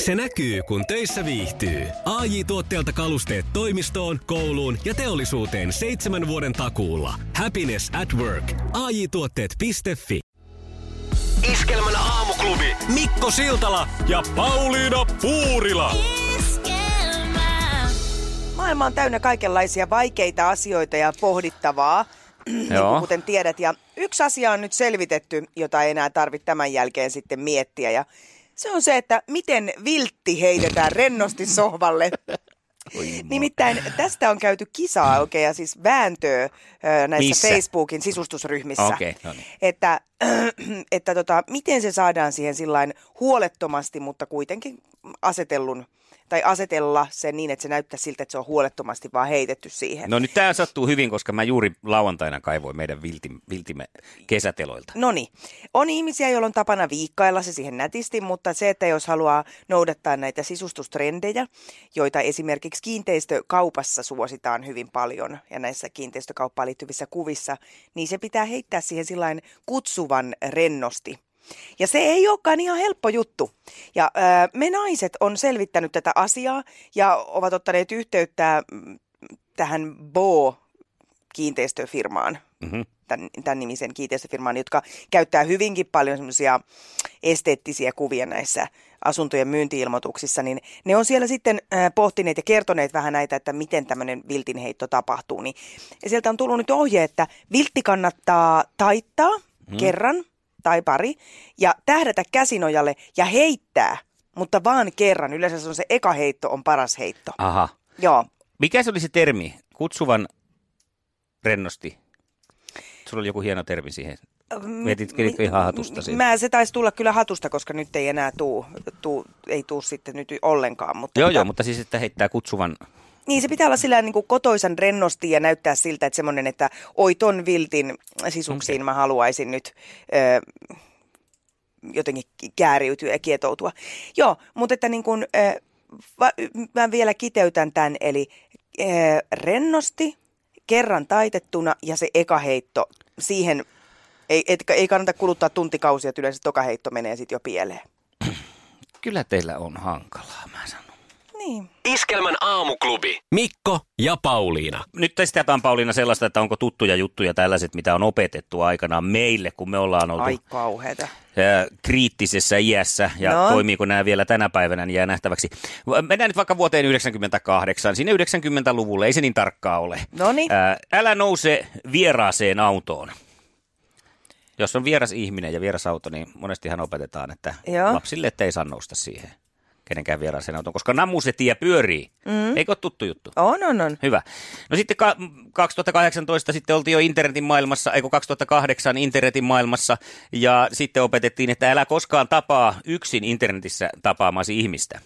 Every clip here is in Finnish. Se näkyy, kun töissä viihtyy. ai tuotteelta kalusteet toimistoon, kouluun ja teollisuuteen seitsemän vuoden takuulla. Happiness at work. ai tuotteetfi Iskelmän aamuklubi Mikko Siltala ja Pauliina Puurila. Maailma on täynnä kaikenlaisia vaikeita asioita ja pohdittavaa, niin kuin Joo. kuten tiedät. Ja yksi asia on nyt selvitetty, jota ei enää tarvitse tämän jälkeen sitten miettiä. Ja se on se, että miten viltti heitetään rennosti sohvalle. Nimittäin tästä on käyty kisaa oikein ja siis vääntöä ö, näissä Missä? Facebookin sisustusryhmissä. Okei, no niin. Että, että tota, miten se saadaan siihen sillain huolettomasti, mutta kuitenkin asetellun tai asetella se niin, että se näyttää siltä, että se on huolettomasti vaan heitetty siihen. No nyt tämä sattuu hyvin, koska mä juuri lauantaina kaivoin meidän viltim, viltimme kesäteloilta. Noniin. No niin. On ihmisiä, joilla on tapana viikkailla se siihen nätisti, mutta se, että jos haluaa noudattaa näitä sisustustrendejä, joita esimerkiksi kiinteistökaupassa suositaan hyvin paljon ja näissä kiinteistökauppaan liittyvissä kuvissa, niin se pitää heittää siihen sillain kutsuvan rennosti. Ja se ei olekaan ihan helppo juttu. Ja ää, me naiset on selvittänyt tätä asiaa ja ovat ottaneet yhteyttä mm, tähän Bo kiinteistöfirmaan, mm-hmm. tämän, tämän nimisen kiinteistöfirmaan, jotka käyttää hyvinkin paljon semmoisia esteettisiä kuvia näissä asuntojen myyntiilmoituksissa, niin ne on siellä sitten äh, pohtineet ja kertoneet vähän näitä, että miten tämmöinen viltinheitto tapahtuu. Niin, ja sieltä on tullut nyt ohje, että viltti kannattaa taittaa mm. kerran tai pari ja tähdätä käsinojalle ja heittää, mutta vaan kerran. Yleensä se on se eka heitto on paras heitto. Aha. Joo. Mikä se oli se termi? Kutsuvan rennosti. Sulla oli joku hieno termi siihen. Mietit, keritkö ihan hatusta siihen? Mm, Mä, se taisi tulla kyllä hatusta, koska nyt ei enää tuu, tuu ei tuu sitten nyt ollenkaan. Mutta tota- Joo, joo, mutta siis että heittää kutsuvan. Niin, se pitää olla sillä niin kuin kotoisan rennosti ja näyttää siltä, että semmoinen, että oi ton viltin sisuksiin mä haluaisin nyt ö, jotenkin kääriytyä ja kietoutua. Joo, mutta että niin kuin, ö, va, mä vielä kiteytän tämän, eli ö, rennosti, kerran taitettuna ja se eka heitto siihen, ei, et, ei kannata kuluttaa tuntikausia, että yleensä toka heitto menee sitten jo pieleen. Kyllä teillä on hankalaa, mä sanon. Niin. Iskelmän aamuklubi. Mikko ja Pauliina. Nyt testataan Pauliina sellaista, että onko tuttuja juttuja tällaiset, mitä on opetettu aikanaan meille, kun me ollaan oltu Ai kauheeta. ää, kriittisessä iässä ja No. no. toimiiko nämä vielä tänä päivänä, niin jää nähtäväksi. Va- Mennään nyt vaikka vuoteen 98, sinne 90-luvulle, ei se niin tarkkaa ole. Noniin. Ää, Älä nouse vieraaseen autoon. Jos on vieras ihminen ja vieras auto, niin monestihan opetetaan, että Joo. Joo. lapsille että ei saa nousta siihen kenenkään vieraaseen autoon, koska namu se tie pyörii. Mm. Eikö ole tuttu juttu? On, on, on. Hyvä. No sitten ka- 2018 sitten oltiin jo internetin maailmassa, eikö 2008 internetin maailmassa, ja sitten opetettiin, että älä koskaan tapaa yksin internetissä tapaamasi ihmistä.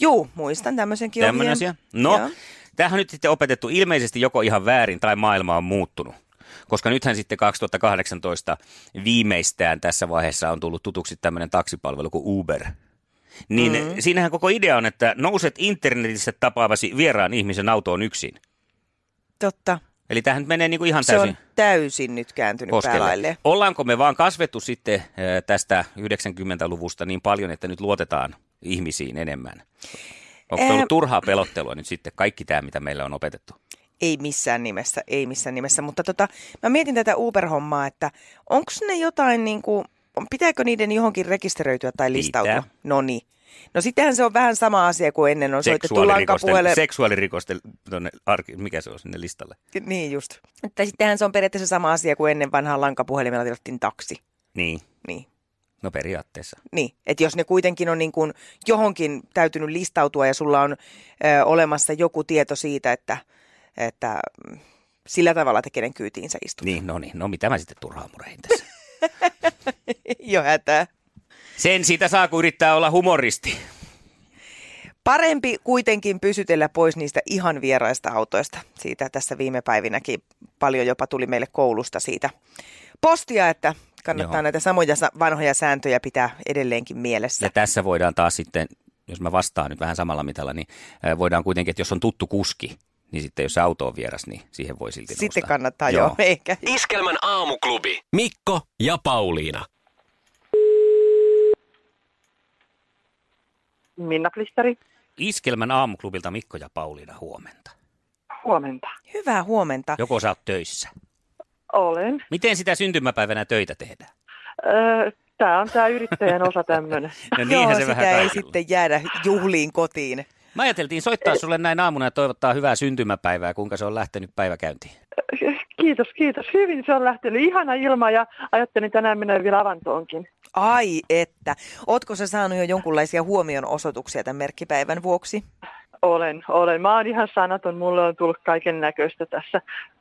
Juu, muistan tämmöisenkin Tämmöinen ohjeen. asia. No, Joo. tämähän on nyt sitten opetettu ilmeisesti joko ihan väärin tai maailma on muuttunut. Koska nythän sitten 2018 viimeistään tässä vaiheessa on tullut tutuksi tämmöinen taksipalvelu kuin Uber. Niin mm-hmm. siinähän koko idea on, että nouset internetissä tapaavasi vieraan ihmisen autoon yksin. Totta. Eli tähän nyt menee niin kuin ihan Se on täysin täysin nyt kääntynyt päälaille. koskelle. Ollaanko me vaan kasvettu sitten eh, tästä 90-luvusta niin paljon, että nyt luotetaan ihmisiin enemmän? Onko se Ää- ollut turhaa pelottelua nyt sitten kaikki tämä, mitä meillä on opetettu? Ei missään nimessä, ei missään nimessä. Mutta tota, mä mietin tätä Uber-hommaa, että onko ne jotain niin kuin, pitääkö niiden johonkin rekisteröityä tai listautua? Pitää. No niin. No sittenhän se on vähän sama asia kuin ennen on soitettu lankapuhelle. Seksuaalirikosten, seksuaalirikosten tonne arki, mikä se on sinne listalle? Niin just. Että sittenhän se on periaatteessa sama asia kuin ennen vanhaan lankapuhelimella tilattiin taksi. Niin, Niin. no periaatteessa. Niin, että jos ne kuitenkin on niin kuin johonkin täytynyt listautua ja sulla on ö, olemassa joku tieto siitä, että, että mm, sillä tavalla, että kenen kyytiin sä istut. Niin, no niin, no mitä mä sitten turhaa murehin tässä? Ei ole hätää. Sen siitä saa, kun yrittää olla humoristi. Parempi kuitenkin pysytellä pois niistä ihan vieraista autoista. Siitä tässä viime päivinäkin paljon jopa tuli meille koulusta siitä postia, että kannattaa Joo. Joo. näitä samoja sa- vanhoja sääntöjä pitää edelleenkin mielessä. Ja tässä voidaan taas sitten, jos mä vastaan nyt vähän samalla mitalla, niin äh, voidaan kuitenkin, että jos on tuttu kuski, niin sitten jos se auto on vieras, niin siihen voi silti Sitten nousta. kannattaa jo ehkä. Iskelmän aamuklubi. Mikko ja Pauliina. Minna Plisteri, Iskelmän aamuklubilta Mikko ja Pauliina huomenta. huomenta. Hyvää huomenta. Joko sä oot töissä? Olen. Miten sitä syntymäpäivänä töitä tehdään? Öö, tämä on tämä yrittäjän osa tämmöinen. No Joo, niinhän se sitä vähän ei kaikilla. sitten jäädä juhliin kotiin. Mä ajateltiin soittaa sulle näin aamuna ja toivottaa hyvää syntymäpäivää, kuinka se on lähtenyt päiväkäyntiin. Kiitos, kiitos. Hyvin se on lähtenyt. Ihana ilma ja ajattelin tänään mennä vielä avantoonkin. Ai että. Ootko sä saanut jo jonkunlaisia huomionosoituksia tämän merkkipäivän vuoksi? Olen, olen. Mä oon ihan sanaton. Mulle on tullut kaiken näköistä tässä.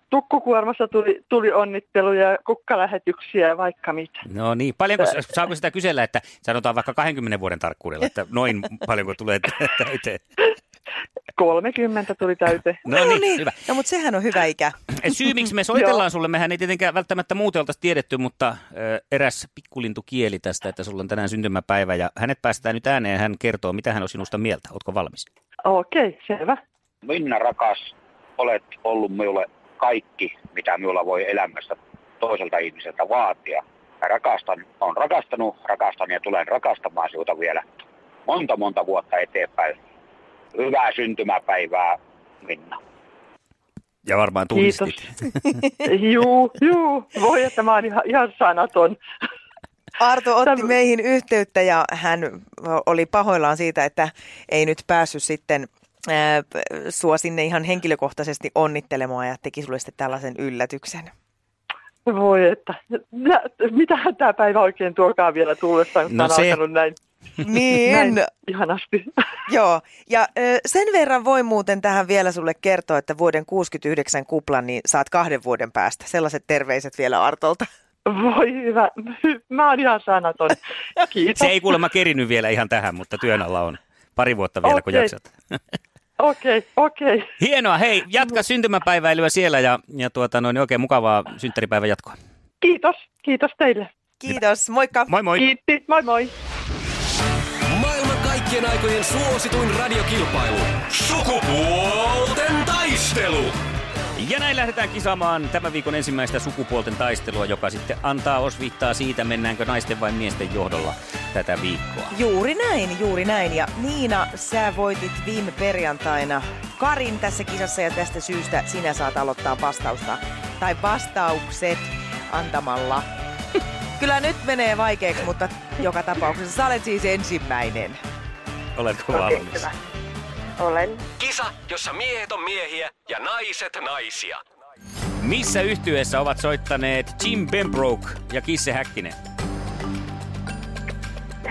Tukkukuormassa tuli, tuli onnitteluja, kukkalähetyksiä ja vaikka mitä. No niin, paljonko, saako sitä kysellä, että sanotaan vaikka 20 vuoden tarkkuudella, että noin paljonko tulee tä- täyteen? 30 tuli täyteen. No niin, hyvä. No mutta sehän on hyvä ikä. Syy, miksi me soitellaan sulle, mehän ei tietenkään välttämättä muuten oltaisi tiedetty, mutta ö, eräs pikkulintu kieli tästä, että sulla on tänään syntymäpäivä ja hänet päästään nyt ääneen. Hän kertoo, mitä hän on sinusta mieltä. Ootko valmis? Okei, okay, selvä. Minna rakas, olet ollut minulle kaikki, mitä minulla voi elämässä toiselta ihmiseltä vaatia. Mä rakastan, on rakastanut, rakastan ja tulen rakastamaan sinulta vielä monta monta vuotta eteenpäin. Hyvää syntymäpäivää, Minna. Ja varmaan tunnistit. Kiitos. juu, juu. Voi, että mä oon ihan, ihan sanaton. Arto otti Tämä- meihin yhteyttä ja hän oli pahoillaan siitä, että ei nyt päässyt sitten ää, sua sinne ihan henkilökohtaisesti onnittelemaan ja teki sulle sitten tällaisen yllätyksen. Voi että, Nä- mitähän tämä päivä oikein tuokaa vielä tullessaan, kun No no on se- alkanut näin, näin Niin, ihanasti. joo. Ja ö, sen verran voi muuten tähän vielä sulle kertoa, että vuoden 69 kuplan, niin saat kahden vuoden päästä. Sellaiset terveiset vielä Artolta. Voi hyvä, mä oon ihan sanaton. Kiitos. Se ei kuulemma kerinyt vielä ihan tähän, mutta työn alla on. Pari vuotta vielä, kun Okei. jaksat. Okei, okei. Hienoa, hei, jatka syntymäpäiväilyä siellä ja, ja tuota, noin, oikein mukavaa synttäripäivän jatkoa. Kiitos, kiitos teille. Kiitos, moikka. Moi moi! Kiitti, moi moi. Maailman kaikkien aikojen suosituin radiokilpailu. Sukupuolten taistelu. Ja näin lähdetään kisaamaan tämän viikon ensimmäistä sukupuolten taistelua, joka sitten antaa osviittaa siitä, mennäänkö naisten vai miesten johdolla tätä viikkoa. Juuri näin, juuri näin. Ja Niina, sä voitit viime perjantaina Karin tässä kisassa ja tästä syystä sinä saat aloittaa vastausta tai vastaukset antamalla. Kyllä nyt menee vaikeaksi, mutta joka tapauksessa sä olet siis ensimmäinen. Oletko valmis? Olen. Kisa, jossa miehet on miehiä ja naiset naisia. Missä yhtyeessä ovat soittaneet Jim Pembroke ja Kisse Häkkinen?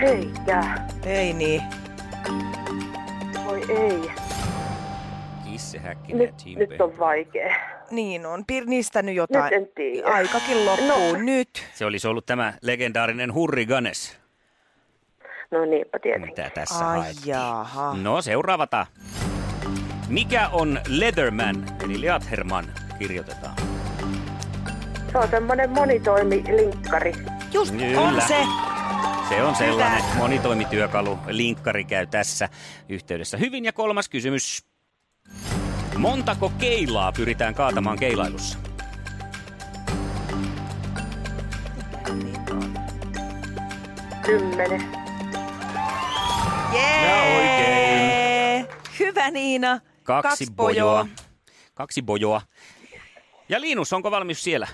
Hei, jää. Ei niin. Voi ei. Kisse Häkkinen ja Jim Pembroke. vaikea. Niin on pirnistänyt jotain. Nyt en tiedä. Aikakin loppuu no. nyt. Se olisi ollut tämä legendaarinen Hurriganes, No niinpä tietenkin. mitä tässä Ai haettiin. jaha. No seuraavata. Mikä on Leatherman, eli Leatherman, kirjoitetaan? Se on semmoinen monitoimilinkkari. Just Kyllä. on se. Se on sellainen monitoimityökalu. Linkkari käy tässä yhteydessä hyvin. Ja kolmas kysymys. Montako keilaa pyritään kaatamaan keilailussa? Kymmenen. Jee! Ja oikein. Hyvä Niina. Kaksi, bojoa. Kaksi bojoa. Ja Linus, onko valmis siellä?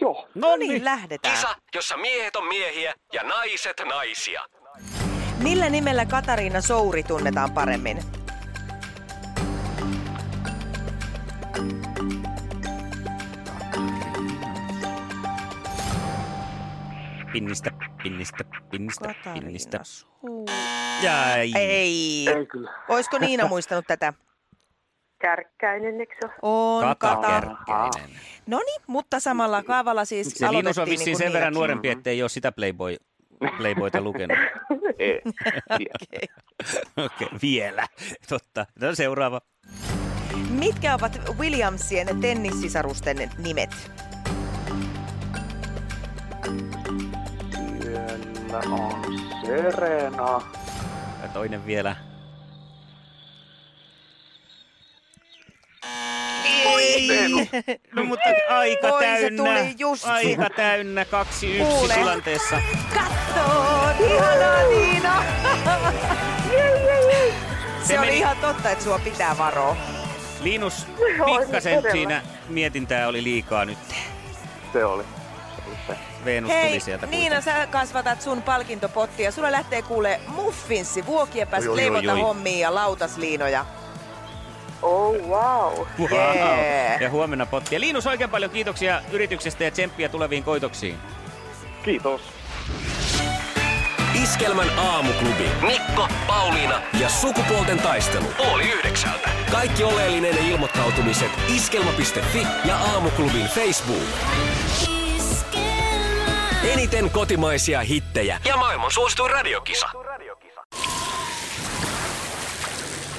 Joo. No niin, lähdetään. Kisa, jossa miehet on miehiä ja naiset naisia. Millä nimellä Katariina Souri tunnetaan paremmin? Pinnistä, pinnistä, pinnistä, pinnistä. Souri. Jäi. Ei. niin kyllä. Oisko Niina muistanut tätä? Kärkkäinen, eikö se ole? On kata. Katakerkkeinen. No niin, mutta samalla kaavalla siis Se Linus on aloitettiin vissiin niin sen kuin verran Niinakin. nuorempi, ettei ole sitä Playboy, Playboyta lukenut. Okei, okay, vielä. Totta. No seuraava. Mitkä ovat Williamsien tennissisarusten nimet? Siellä on Serena, Ja toinen vielä. Ei. No, mutta aika Oi, se täynnä. tuli just. Aika täynnä. Kaksi yksi Kuule. tilanteessa. Kattoon! Ihanaa Niina! se oli ihan totta, että sua pitää varoa. Linus, Joo, pikkasen todella. siinä mietintää oli liikaa nyt. Se oli. Se oli se. Venus tuli Hei, sieltä. Niina, sä kasvatat sun palkintopottia. Sulla lähtee kuule muffinssi, vuokiepäs, Oi, oi, oi, leivota oi. hommia ja lautasliinoja. Oh wow. Wow. Jee. Ja huomenna pottia. Linus, oikein paljon kiitoksia yrityksestä ja tsemppiä tuleviin koitoksiin. Kiitos. Iskelmän aamuklubi. Mikko, Pauliina ja sukupuolten taistelu. Oli yhdeksältä. Kaikki oleellinen ilmoittautumiset iskelma.fi ja aamuklubin Facebook. Eniten kotimaisia hittejä ja maailman suosituin radiokisa.